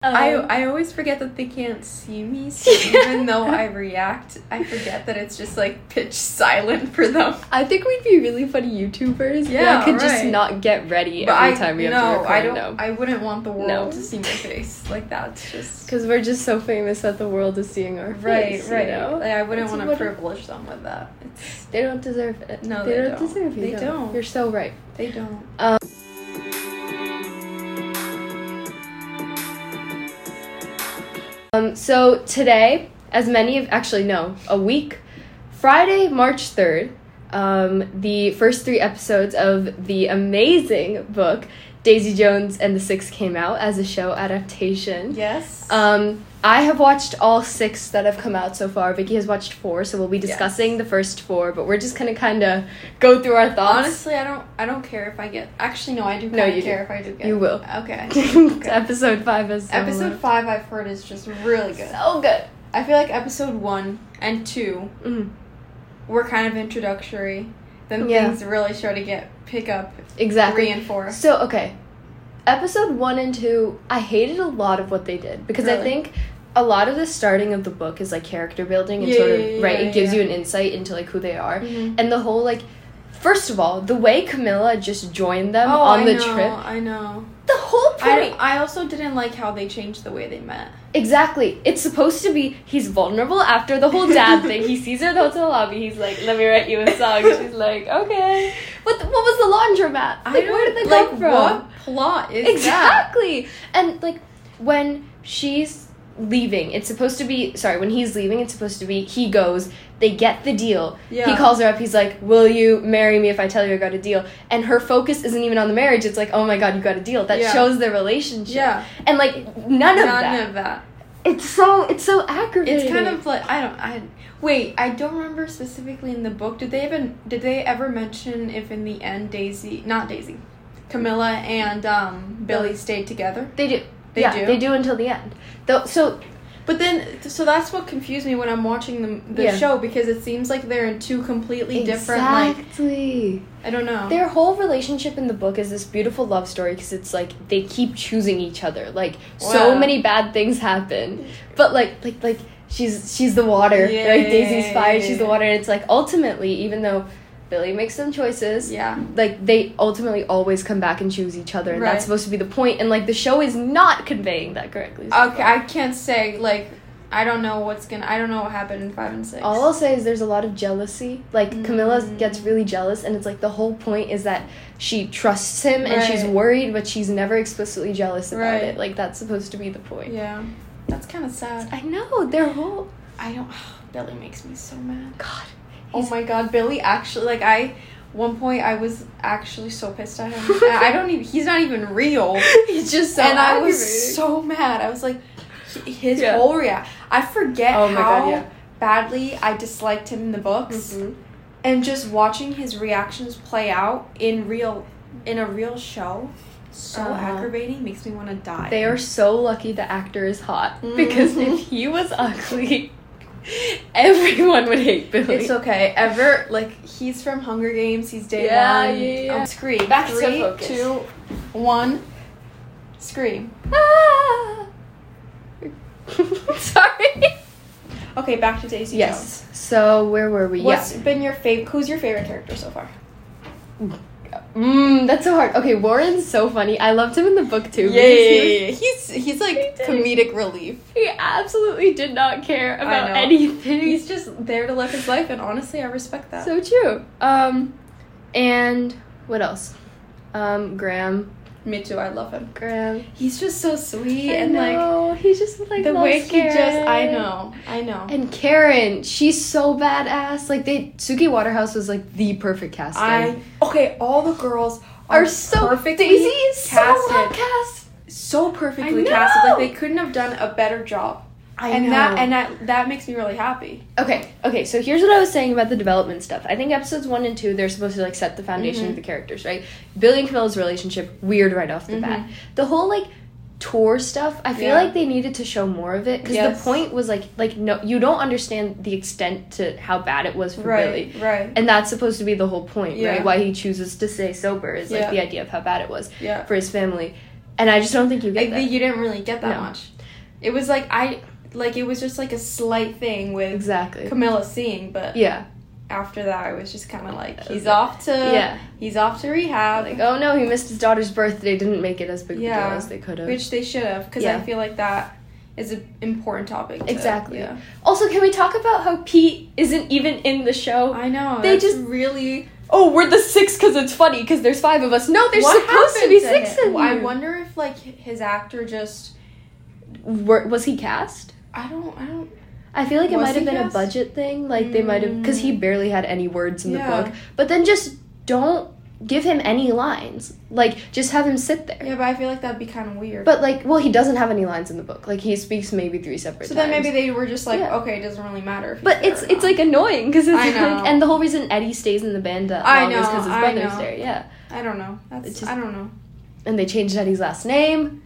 Um, I, I always forget that they can't see me, so even though I react, I forget that it's just like pitch silent for them. I think we'd be really funny YouTubers. Yeah, Yeah, I could just right. not get ready every time we have no, to record. I don't. no, I wouldn't want the world No. to see my face. Like that's just because we're just so famous that the world is seeing our right, face. right. You know? Like, I wouldn't It's want to what- privilege them with that. It's, They don't deserve it. No, they, they don't, don't. deserve you. They though. don't. You're so right. they don't. Um, um, so today, as many of actually no, a week, Friday, March third, um, the first three episodes of the amazing book Daisy Jones and the Six came out as a show adaptation. Yes. Um, I have watched all six that have come out so far. Vicky has watched four, so we'll be Yes. discussing the first four, but we're just gonna kind of go through our thoughts. Honestly, I don't. I don't care if I get. Actually, no, I do. No, Kinda you do. care if I do get. You will. Okay. To episode five is episode five, I've heard is just really good. so good. I feel like episode one and two Mm, were kind of introductory. Then Yeah. things really sure to get pick up exactly. three and four. So okay, episode one and two, I hated a lot of what they did because I Really? think a lot of the starting of the book is like character building and Yeah, sort of yeah, yeah, right. yeah, it gives yeah. you an insight into like who they are Mhm. and the whole like. First of all, the way Camilla just joined them Um, on Oh, I the know, trip, I know. the whole point. I, I also didn't like how they changed the way they met. Exactly. It's supposed to be he's vulnerable after the whole dad thing. He sees her in the hotel lobby. He's like, "Let me write you a song." She's like, "Okay." What the, What was the laundromat? Like, where did they like, come from? What plot is that? Exactly. And like when she's leaving, it's supposed to be sorry. When he's leaving, it's supposed to be he goes. They get the deal. Yeah. He calls her up. He's like, "Will you marry me if I tell you I got a deal?" And her focus isn't even on the marriage. It's like, "Oh my god, you got a deal." That Yeah. shows their relationship. Yeah, And like none of that. of that. It's so it's so aggravating. It's kind of like I don't. I wait. I don't remember specifically in the book. Did they even? Did they ever mention if in the end Daisy, not Daisy, Camilla and um, Billy Billy. stayed together? they do. They yeah, do? They do until the end. Though, so But then, so that's what confused me when I'm watching the the Yeah. show because it seems like they're in two completely different. Like Exactly. I don't know. Their whole relationship in the book is this beautiful love story because it's like they keep choosing each other. Like so Wow. many bad things happen, but like like like she's she's the water. Yeah, right? yeah, Daisy's yeah, fire. yeah, she's the yeah. water, and it's like ultimately, even though Billy makes some choices, yeah. like they ultimately always come back and choose each other, and Right. that's supposed to be the point. And like the show is not conveying that correctly. so Okay, far. I can't say like I don't know what's gonna. I don't know what happened in five and six. All I'll say is there's a lot of jealousy. Like Camilla Mm. gets really jealous, and it's like the whole point is that she trusts him and she's Right. worried, but she's never explicitly jealous about Right. it. Like that's supposed to be the point. yeah, that's kind of sad. I know their whole I don't. Billy makes me so mad. God. Oh He's- my god, Billy actually like I. One point I was actually so pissed at him. And I don't even. He's not even real. He's just so. and I was aggravating. so mad. I was like, h- his Yeah. whole react. I forget Oh my how God, yeah. badly I disliked him in the books, Mhm. and just watching his reactions play out in real, in a real show, so Uh-huh. aggravating. Makes me want to die. They are so lucky the actor is hot because Mhm. if he was ugly, everyone would hate Billy. It's okay. Ever like he's from Hunger Games. He's day Yeah, one. yeah, yeah. Um, scream. Back to Three, focus. two, one. Scream. Ah! Sorry. Okay, back to Daisy Yes. Jones. So where were we? What's been your favorite? Who's your favorite character so far? Mm, that's so hard. Okay, Warren's so funny. I loved him in the book too. Yeah, because yeah, he was- yeah, yeah. He's he's like did. comedic relief. He absolutely did not care about know. anything. He's just there to live his life, and honestly, I respect that. so true. Um, and what else? Um, Graham. Me too. I love him. Graham. He's just so sweet I and like know, he just like the loves way he just. I Karen. know. I know. And Karen, she's so badass. Like they, Suki Waterhouse was like the perfect casting. I okay. All the girls are, are so perfectly Daisy is so casted. well cast. so perfectly I know. casted. Like they couldn't have done a better job. I and know. that and that that makes me really happy. Okay, okay, so here's what I was saying about the development stuff. I think episodes one and two, they're supposed to like set the foundation Mm-hmm. of the characters, right? Billy and Camilla's relationship, weird right off the bat. The whole like tour stuff, I feel Mm-hmm. Yeah. like they needed to show more of it because the Yes. point was like, like no, you don't understand the extent to how bad it was for Billy, Right. and that's supposed to be the whole point, Yeah. right? Why he chooses to stay sober is like Yeah. the idea of how bad it was Yeah. for his family. and I just don't think you get Like, that. you didn't really get that No. much. It was like I like it was just like a slight thing with exactly. Camilla seeing, but Yeah. after that I was just kind of like he's off to Yeah. he's off to rehab, Like, oh no, he missed his daughter's birthday. Didn't make it as big a Yeah. deal as they could have. which they should have because I oh. Yeah. feel like that is an important topic. to- Exactly. yeah. Also, can we talk about how Pete isn't even in the show? I know. They They just just- really oh, we're the six because it's funny because there's five of us. No, there's What supposed to happened be six him? of Well, I you. wonder if like his actor just Were, was he cast? I don't I don't I feel like it Was might have he been cast? Mm. a budget thing. Like they might have because he barely had any words in Yeah. the book. But then just don't give him any lines. Like just have him sit there. yeah, but I feel like that'd be kind of weird. But like, well, he doesn't have any lines in the book. Like he speaks maybe three separate so times. then maybe they were just like Yeah. okay, it doesn't really matter. If he's But there it's or it's not. like annoying because it's I know. like, and the whole reason Eddie stays in the band that I long is know, because his I brother's know. there. Yeah, I don't know. That's It's just- I don't know. and they changed Eddie's last name.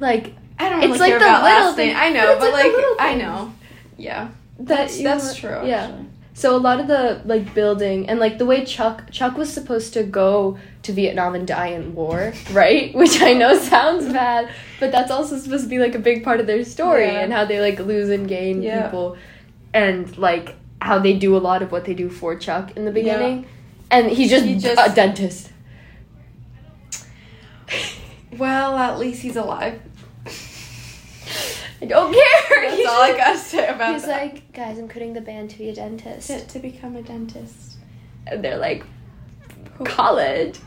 Like I don't It's really like care the about little last thing- name. I but know, it's but like like, the little I things. know. Yeah, that. that's you- that's true. Yeah. actually. So a lot of the like building and like the way Chuck Chuck was supposed to go to Vietnam and die in war, right? Which I know sounds bad, but that's also supposed to be like a big part of their story Yeah. and how they like lose and gain Yeah. people and like how they do a lot of what they do for Chuck in the beginning. And he's just, He just- a dentist. Well, at least he's alive. I don't care. That's He's all I like- gotta say about He's that. like, guys, I'm quitting the band to be a dentist. to, to become a dentist. And they're like, Who- college.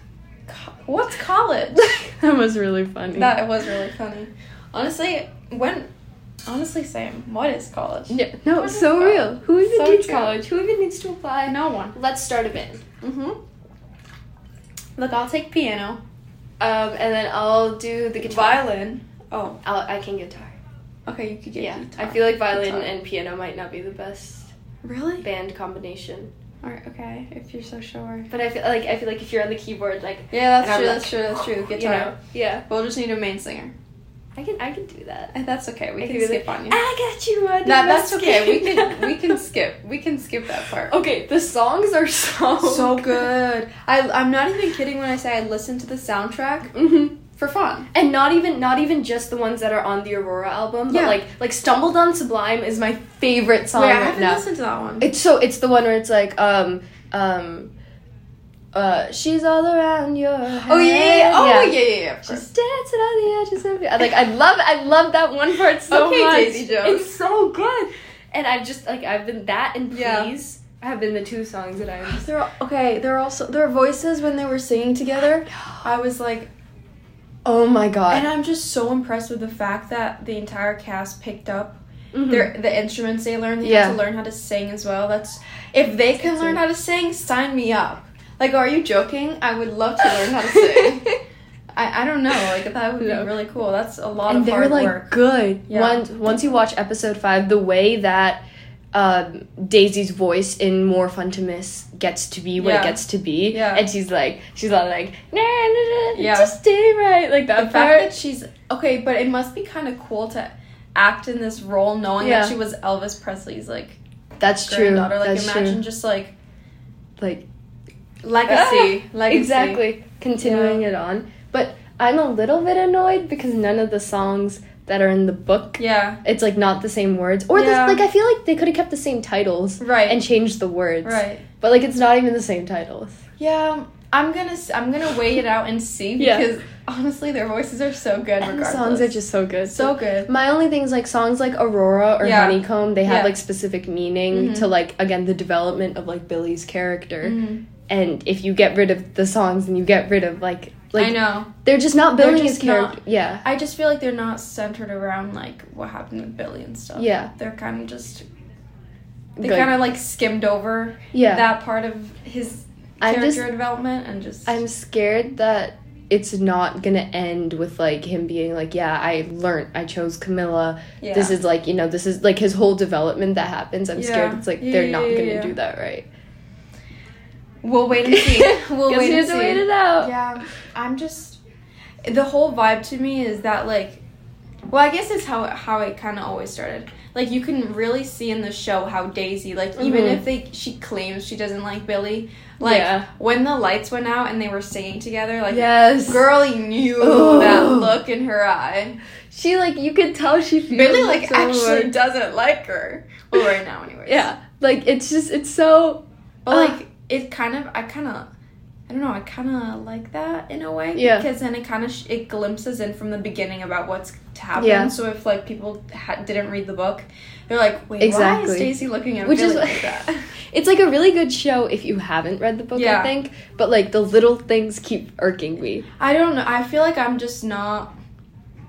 Co- What's college? that was really funny. that was really funny. Honestly, when honestly, Sam, what is college? Yeah, no, What is so that? real. Who even So needs true. college? Who even needs to apply? No one. Let's start a band. Mhm. Look, I'll take piano, Um, and then I'll do the guitar. violin. Oh, I'll, I can guitar. okay, you could get Yeah, guitar. I feel like violin Guitar. and piano might not be the best really. band combination. All right, okay, if you're so sure. But I feel like I feel like if you're on the keyboard, like Yeah, that's And I'm true. like, that's true. That's true. Guitar. you know, yeah, We'll just need a main singer. I can I can do that. Eh, That's okay. We I can, can "Ah, be skip on you. I got you, my Nah, that's okay. We can we can skip. We can skip that part. Okay, the songs are so So good. I I'm not even kidding when I say I listened to the soundtrack hmm for fun. And not even not even just the ones that are on the Aurora album, but Yeah. like like Stumbled on Sublime is my favorite song Wait, I right haven't now. listened to that one. It's so it's the one where it's like um um uh she's all around your oh yeah, yeah, yeah. Oh yeah, head. yeah, yeah. of course. She's dancing on the edges of your I like I love I love that one part so Okay, much. Oh, Daisy Jones. It's so good. And I've just like I've been that and Yeah. please have been the two songs that I'm just They're all- okay. They're also their voices when they were singing together. I was like, Oh my and god. I'm just so impressed with the fact that the entire cast picked up Mhm. They're, the instruments they learn, they have Yeah. to learn how to sing as well. That's if they can learn how to sing, sign me up. Like, are you joking? I would love to learn how to sing. I, I don't know. Like that would No. be really cool. That's a lot and of they're hard like work. good. Yeah. Once once you watch episode five, the way that um, Daisy's voice in More Fun to Miss gets to be what Yeah. it gets to be, Yeah. and she's like she's all like nah, nah, nah, nah, Yeah. just stay right like The that fact part. that she's okay, but it must be kind of cool to act in this role knowing Yeah. that she was Elvis Presley's like That's true. granddaughter. Like, That's imagine true. just like Like legacy, legacy. exactly continuing it on, but I'm a little bit annoyed because none of the songs that are in the book. Yeah. It's like not the same words, or Yeah. the, like I feel like they could have kept the same titles Right. and changed the words, right. but like it's not even the same titles. Yeah, um, I'm gonna s- I'm gonna wait it out and see Yeah. because honestly, their voices are so good. And the regardless. songs are just so good. so good. my only thing is like songs like Aurora or Yeah. Honeycomb, they have Yeah. like specific meaning Mhm. to like again the development of like Billy's character. Mm-hmm. And if you get rid of the songs and you get rid of like like I know. they're just not They're building just his character. yeah. I just feel like they're not centered around like what happened with Billy and stuff. Yeah. they're kind of just they Good. kind of like skimmed over Yeah. that part of his I'm character just- development and just I'm scared that it's not gonna end with like him being like, Yeah, I learned I chose Camilla. yeah. This is like, you know, this is like his whole development that happens. I'm Yeah. scared it's like Yeah, they're yeah, not yeah, gonna yeah. do that right. we'll wait and see. We'll Guess wait we and have to see. wait it out. Yeah, I'm just the whole vibe to me is that like Well, I guess it's how how it kind of always started. Like you can really see in the show how Daisy, like even Mhm. if they she claims she doesn't like Billy, like Yeah. when the lights went out and they were singing together, like yes, girl. girl, you knew Ugh. that look in her eye. She like you could tell she feels Billy it like so actually much. doesn't like her. Well, right now, anyways. yeah, like it's just it's so But Ugh. like it kind of, I kind of, I don't know, I kind of like that in a way. Yeah. Because then it kind of sh- it glimpses in from the beginning about what's to happen. Yeah. So if like people ha- didn't read the book, they're like, wait, why Exactly. is Daisy looking at Which is- Billy like that? it's like a really good show if you haven't read the book. Yeah. I think, but like the little things keep irking me. I don't know. I feel like I'm just not.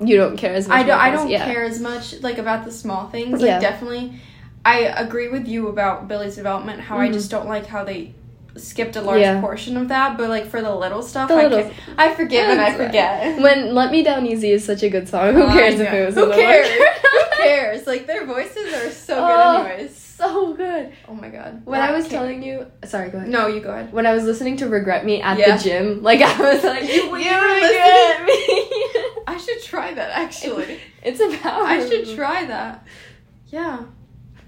You don't care as much. I don't. about I this, don't yeah. care as much like about the small things. Like Yeah. definitely, I agree with you about Billy's development. How I Mhm. just don't like how they skipped a large Yeah. portion of that. But like for the little stuff, The I, little- can- I forgive and I That's right. forget. When "Let Me Down Easy" is such a good song. Who I cares if know. it was? Oh, Who in the book? cares? Who cares? Like their voices are so Oh. good, anyways. so good. Oh my god. When That I was can't- telling you, sorry, go ahead. no, you go ahead. When I was listening to "Regret Me" at Yeah. the gym, like I was like, "You, You- you regret me." I should try that actually. it's about. I should try that. Yeah.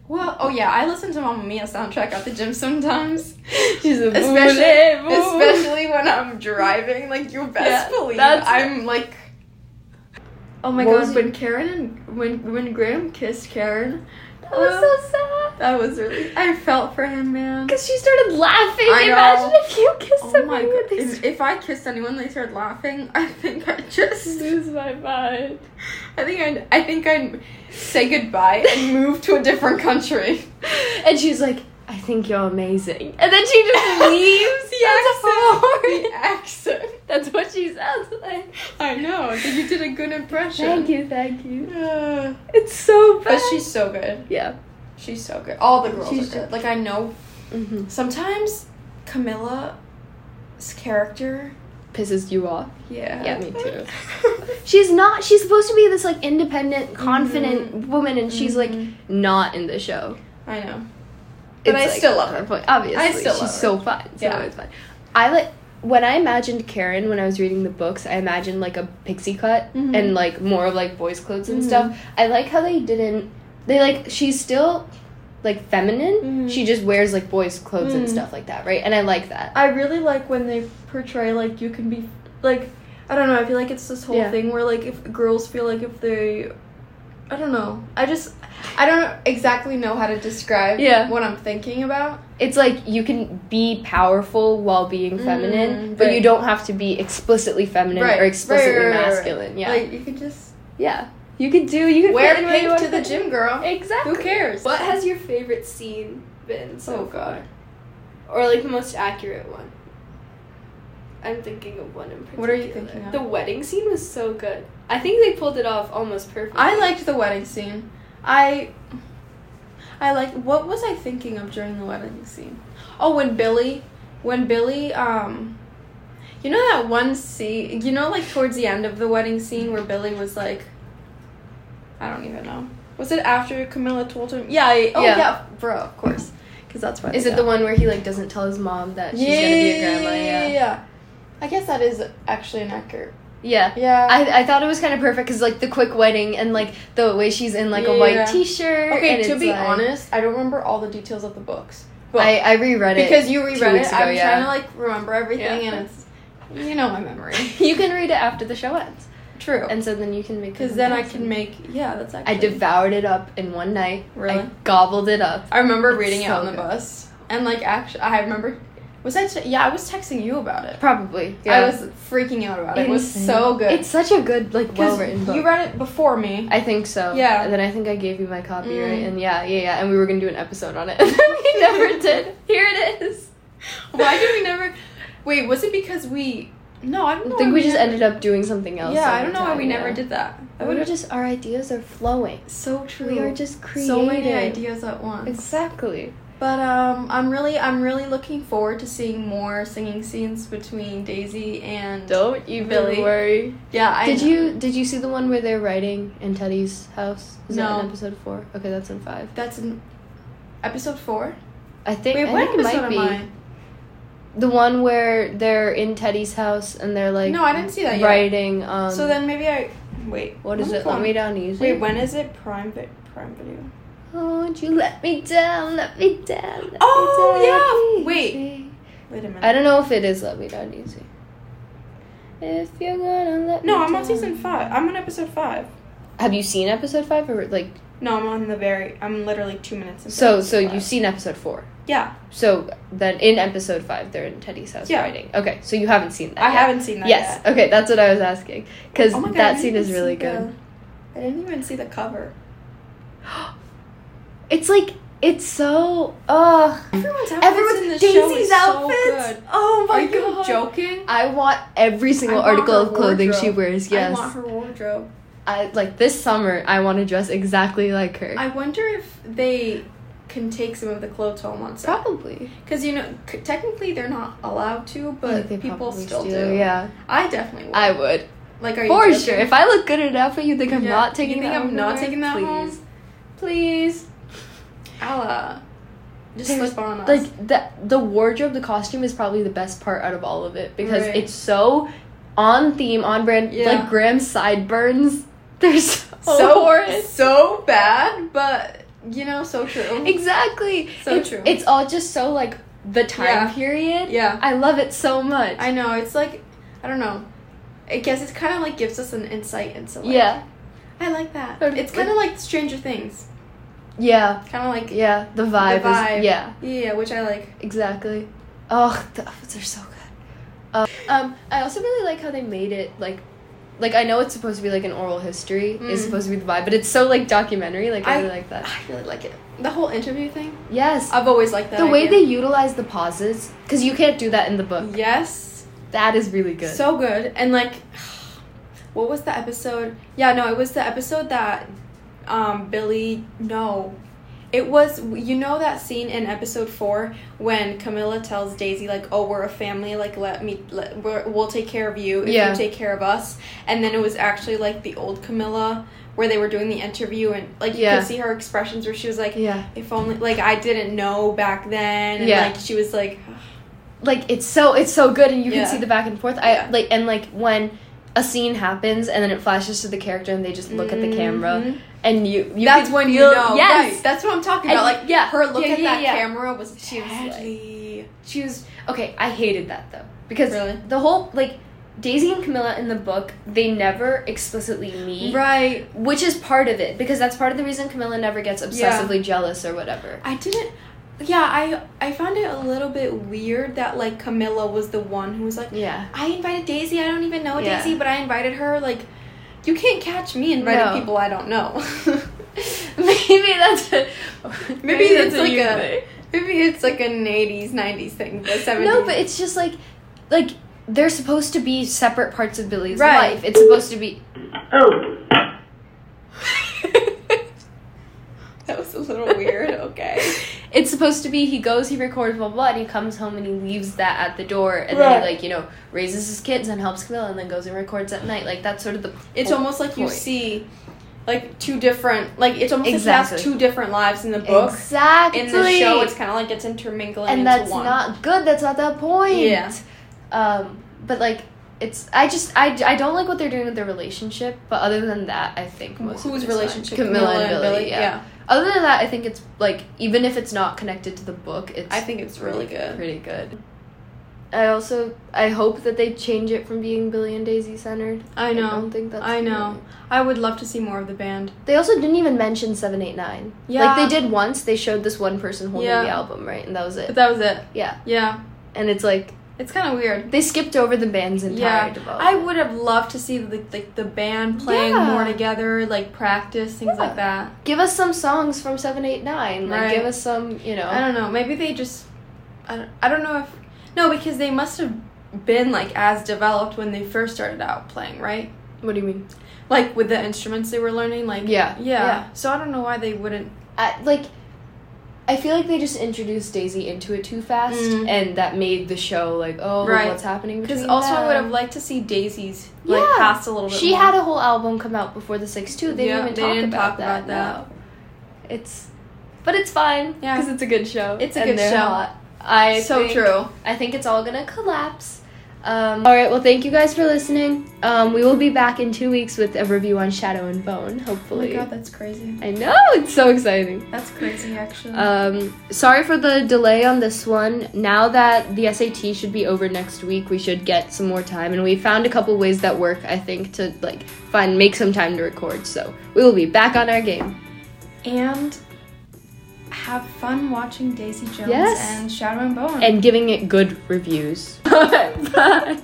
Well, oh yeah, I listen to Mamma Mia soundtrack at the gym sometimes, She's a especially boule, boule. especially when I'm driving. Like you best Yeah, believe that's- I'm like. Oh my What god, was when Karen and when when Graham kissed Karen, that was so sad. that was really I felt for him, man. Because she started laughing. I know. Imagine if you kissed Oh my somebody god! with these. If, if I kissed anyone, they started laughing. I think I just, lose my mind. I think I, I think I say goodbye and move to a different country. And she's like, I think you're amazing. And then she just leaves. The That's accent. The horrid. accent. That's what she sounds like. I know. You did a good impression. Thank you, thank you. Uh, It's so bad. but she's so good. yeah. She's so good. All the girls She's are good. Like I know Mm-hmm. sometimes Camilla's character. Pisses you off. Yeah. Yeah, me too. She's not. She's supposed to be this like independent, confident woman, and she's like Mhm. not in the show. I know. But I like, still love her. PowerPoint. Obviously, I still she's love her. so fun. So Yeah. it's fun. I like when I imagined Karen when I was reading the books. I imagined like a pixie cut Mhm. and like more of like boys' clothes and Mhm. stuff. I like how they didn't. They like she's still like feminine. Mhm. She just wears like boys' clothes Mm. and stuff like that, right? And I like that. I really like when they portray like you can be like I don't know, I feel like it's this whole Yeah. thing where like if girls feel like if they I don't know. I just I don't exactly know how to describe Yeah. what I'm thinking about. It's like you can be powerful while being feminine, Mm, but right. you don't have to be explicitly feminine Right, or right, explicitly right, right, right. masculine. Yeah, Like you can just yeah. You could do. You could wear fit in what you pink want to the gym, girl. Exactly. Who cares? What has your favorite scene been so Oh far? god. Or like the most accurate one? I'm thinking of one in particular. What are you thinking of? The wedding scene was so good. I think they pulled it off almost perfectly. I liked the wedding scene. I I like what was I thinking of during the wedding scene? Oh, when Billy when Billy um you know that one scene, you know like towards the end of the wedding scene where Billy was like I don't even know. Was it after Camilla told him? Yeah, I, oh yeah. Yeah. bro, of course. Cuz that's why. Is they it the got- one where he like doesn't tell his mom that she's yeah, gonna be a grandma? yeah, Yeah. yeah. I guess that is actually inaccurate. Yeah. Yeah. I, I thought it was kind of perfect because like the quick wedding and like the way she's in like a Yeah. white t-shirt. okay, and to it's, be like- honest, I don't remember all the details of the books. I, I reread it because you reread weeks it. ago, I'm yeah. trying to like remember everything, Yeah. and it's you know my memory. you can read it after the show ends, True, and so then you can make. the because then I comparison. can make yeah. That's actually I devoured it up in one night. Really? I gobbled it up. I remember It's reading it so on the good. bus, and like actually, I remember. Was I? T- yeah, I was texting you about it. Probably. I was freaking out about it. It was Insane. so good. It's such a good like 'Cause well written book. You read it before me. I think so. Yeah. And then I think I gave you my copy, Mm. right? And yeah, yeah, yeah. And we were gonna do an episode on it. we never did. Here it is. Why did we never? Wait, was it because we? No, I don't know. I think why we just never- ended up doing something else. Yeah, all I the don't know why time, we never yeah. did that. That We're would have just our ideas are flowing. so true. We are just creating so many ideas at once. Exactly. But um, I'm really, I'm really looking forward to seeing more singing scenes between Daisy and Don't even Billy. worry. yeah. I did you did you see the one where they're writing in Teddy's house? Is that No. in episode four? Okay, that's in five. That's in episode four. I think Wait, I what think it episode might am be I? the one where they're in Teddy's house and they're like No, I didn't see that yet. writing. Um, so then maybe I. Wait. What is I'm it? Let going- me down easy. Wait, when is it Prime Vi- Prime Video? Oh, won't you let me down? Let me down. Let Oh, me down yeah, wait. easy. Wait a minute. I don't know if it is let me down easy. If you're gonna let me no, I'm on down. season five. I'm on episode five. Have you seen episode five or like? No, I'm on the very. I'm literally two minutes. into So episode so five. you've seen episode four. Yeah, So then in episode five, they're in Teddy's house Yeah. fighting. Okay, so you haven't seen that. I yet. haven't seen that Yes. yet. Okay, that's what I was asking because Oh my God, I that didn't scene even is really see the- good. I didn't even see the cover. It's like it's so ugh. Everyone's outfits Everyone's in the show Daisy's is outfits. so good. Oh my Are you god. joking? I want every single I want article her of clothing she wardrobe. wears. Yes. I want her wardrobe. I like this summer. I want to dress exactly like her. I wonder if they can take some of the clothes home on set. probably, Because, you know, c- technically they're not allowed to, I but think they people probably still do. Yeah, I definitely would. I would Like, are you for joking? sure. If I look good in an outfit, you think I'm Yeah. not taking. You think that I'm home not with me? taking that please. home? Please, Ella, just There's- slip on us. like the the wardrobe, the costume is probably the best part out of all of it because Right. it's so on theme, on brand. Yeah. Like Graham's sideburns, they're so, so horrid. so bad, but you know, so true. Exactly. So it's, true. It's all just so like the time Yeah. period. yeah, I love it so much. I know. It's like I don't know. I guess it's kind of like gives us an insight into like. yeah. I like that. Or- It's kind of like Stranger Things. Yeah. Kind of like Yeah, the vibe. is- vibe. yeah, yeah, which I like. exactly. Oh, the outfits are so good. Uh, um, I also really like how they made it like, like I know it's supposed to be like an oral history is Mm. supposed to be the vibe, but it's so like documentary. Like I, I- really like that. I really like it. The whole interview thing. Yes, I've always liked that. the way idea. they utilize the pauses because you can't do that in the book. Yes. That is really good. Mm. So good. And like what was the episode? Yeah, no, it was the episode that um Billy no. It was you know that scene in episode 4 when Camilla tells Daisy like, "Oh, we're a family, like let me let, we're, we'll take care of you if Yeah. you take care of us." And then it was actually like the old Camilla where they were doing the interview and like you Yeah. could see her expressions where she was like, yeah, "If only like I didn't know back then." And Yeah. like she was like, like it's so it's so good, and you Yeah. can see the back and forth. Yeah. I like and like when a scene happens and then it flashes to the character and they just look at the camera "Mhm." and you, you that's can when you feel- know. yes right. that's what I'm talking And about. Like y- yeah. her look Yeah, at yeah, that yeah. camera was She was like- deadly. She was okay. I hated that though because Really? the whole like Daisy and Camilla in the book they never explicitly meet, right. which is part of it because that's part of the reason Camilla never gets obsessively jealous or whatever. I didn't. Yeah, I I found it a little bit weird that like Camilla was the one who was like, Yeah, I invited Daisy. I don't even know Yeah. Daisy, but I invited her. Like, you can't catch me inviting No. people I don't know. maybe that's a, Maybe that's like you a- thing. Maybe it's like an '80s, '90s thing, but '70s. no, but it's just like like they're supposed to be separate parts of Billy's Right. life. It's supposed to be that was a little weird. Okay. it's supposed to be he goes, he records, blah, blah, and he comes home and he leaves that at the door. And then Right. he, like, you know, raises his kids and helps Camilla and then goes and records at night. Like, that's sort of the. it's whole almost like you point. see like two different like it's almost Exactly. like he has two different lives in the book Exactly. in the show it's kind of like it's intermingling and into that's one. not good. That's not the point. Yeah. Um, but, like, it's. I just. I, I don't like what they're doing with their relationship, but other than that, I think most. of whose it is fine. relationship Camilla, and Billy, yeah. Other than that, I think it's, like, even if it's not connected to the book, it's. i think it's really good pretty good. I also I hope that they change it from being Billy and Daisy centered. i don't know think that's. i know i would love to see more of the band They also didn't even mention seven eight nine. yeah Like they did once. They showed this one person holding Yeah. the album, right, and that was but it. that was it Yeah, yeah and it's like it's kind of weird they skipped over the band's entire yeah, development. I would have loved to see the, like the band playing Yeah. more together, like practice things Yeah. like that. give us some songs from seven eight nine. Like Right. give us some, you know. I don't know. Maybe they just. I don't, I don't know if. No, because they must have been like as developed when they first started out playing, right? what do you mean? Like with the instruments they were learning, like. Yeah, Yeah. So I don't know why they wouldn't. I, like I feel like they just introduced Daisy into it too fast, Mm. and that made the show like, oh, Right. what's happening? Because between also I would them? have liked to see Daisy's like Yeah. past a little bit. She more. had a whole album come out before the six two. They Yeah, didn't even they talk, didn't about, talk that, about that. no. It's, but it's fine. Yeah. because it's a good show. It's a and good they're show. hot. I so think- true. I think it's all gonna collapse. Um, all right, well, thank you guys for listening. Um, we will be back in two weeks with a review on Shadow and Bone, Oh my hopefully. god, that's crazy. I know, it's so exciting. That's crazy, actually. Um, sorry for the delay on this one. Now that the SAT should be over next week, we should get some more time, and we found a couple ways that work, I think, to like find make some time to record. So we will be back on our game. and have fun watching Daisy Jones Yes. and Shadow and Bone. and giving it good reviews. Bye.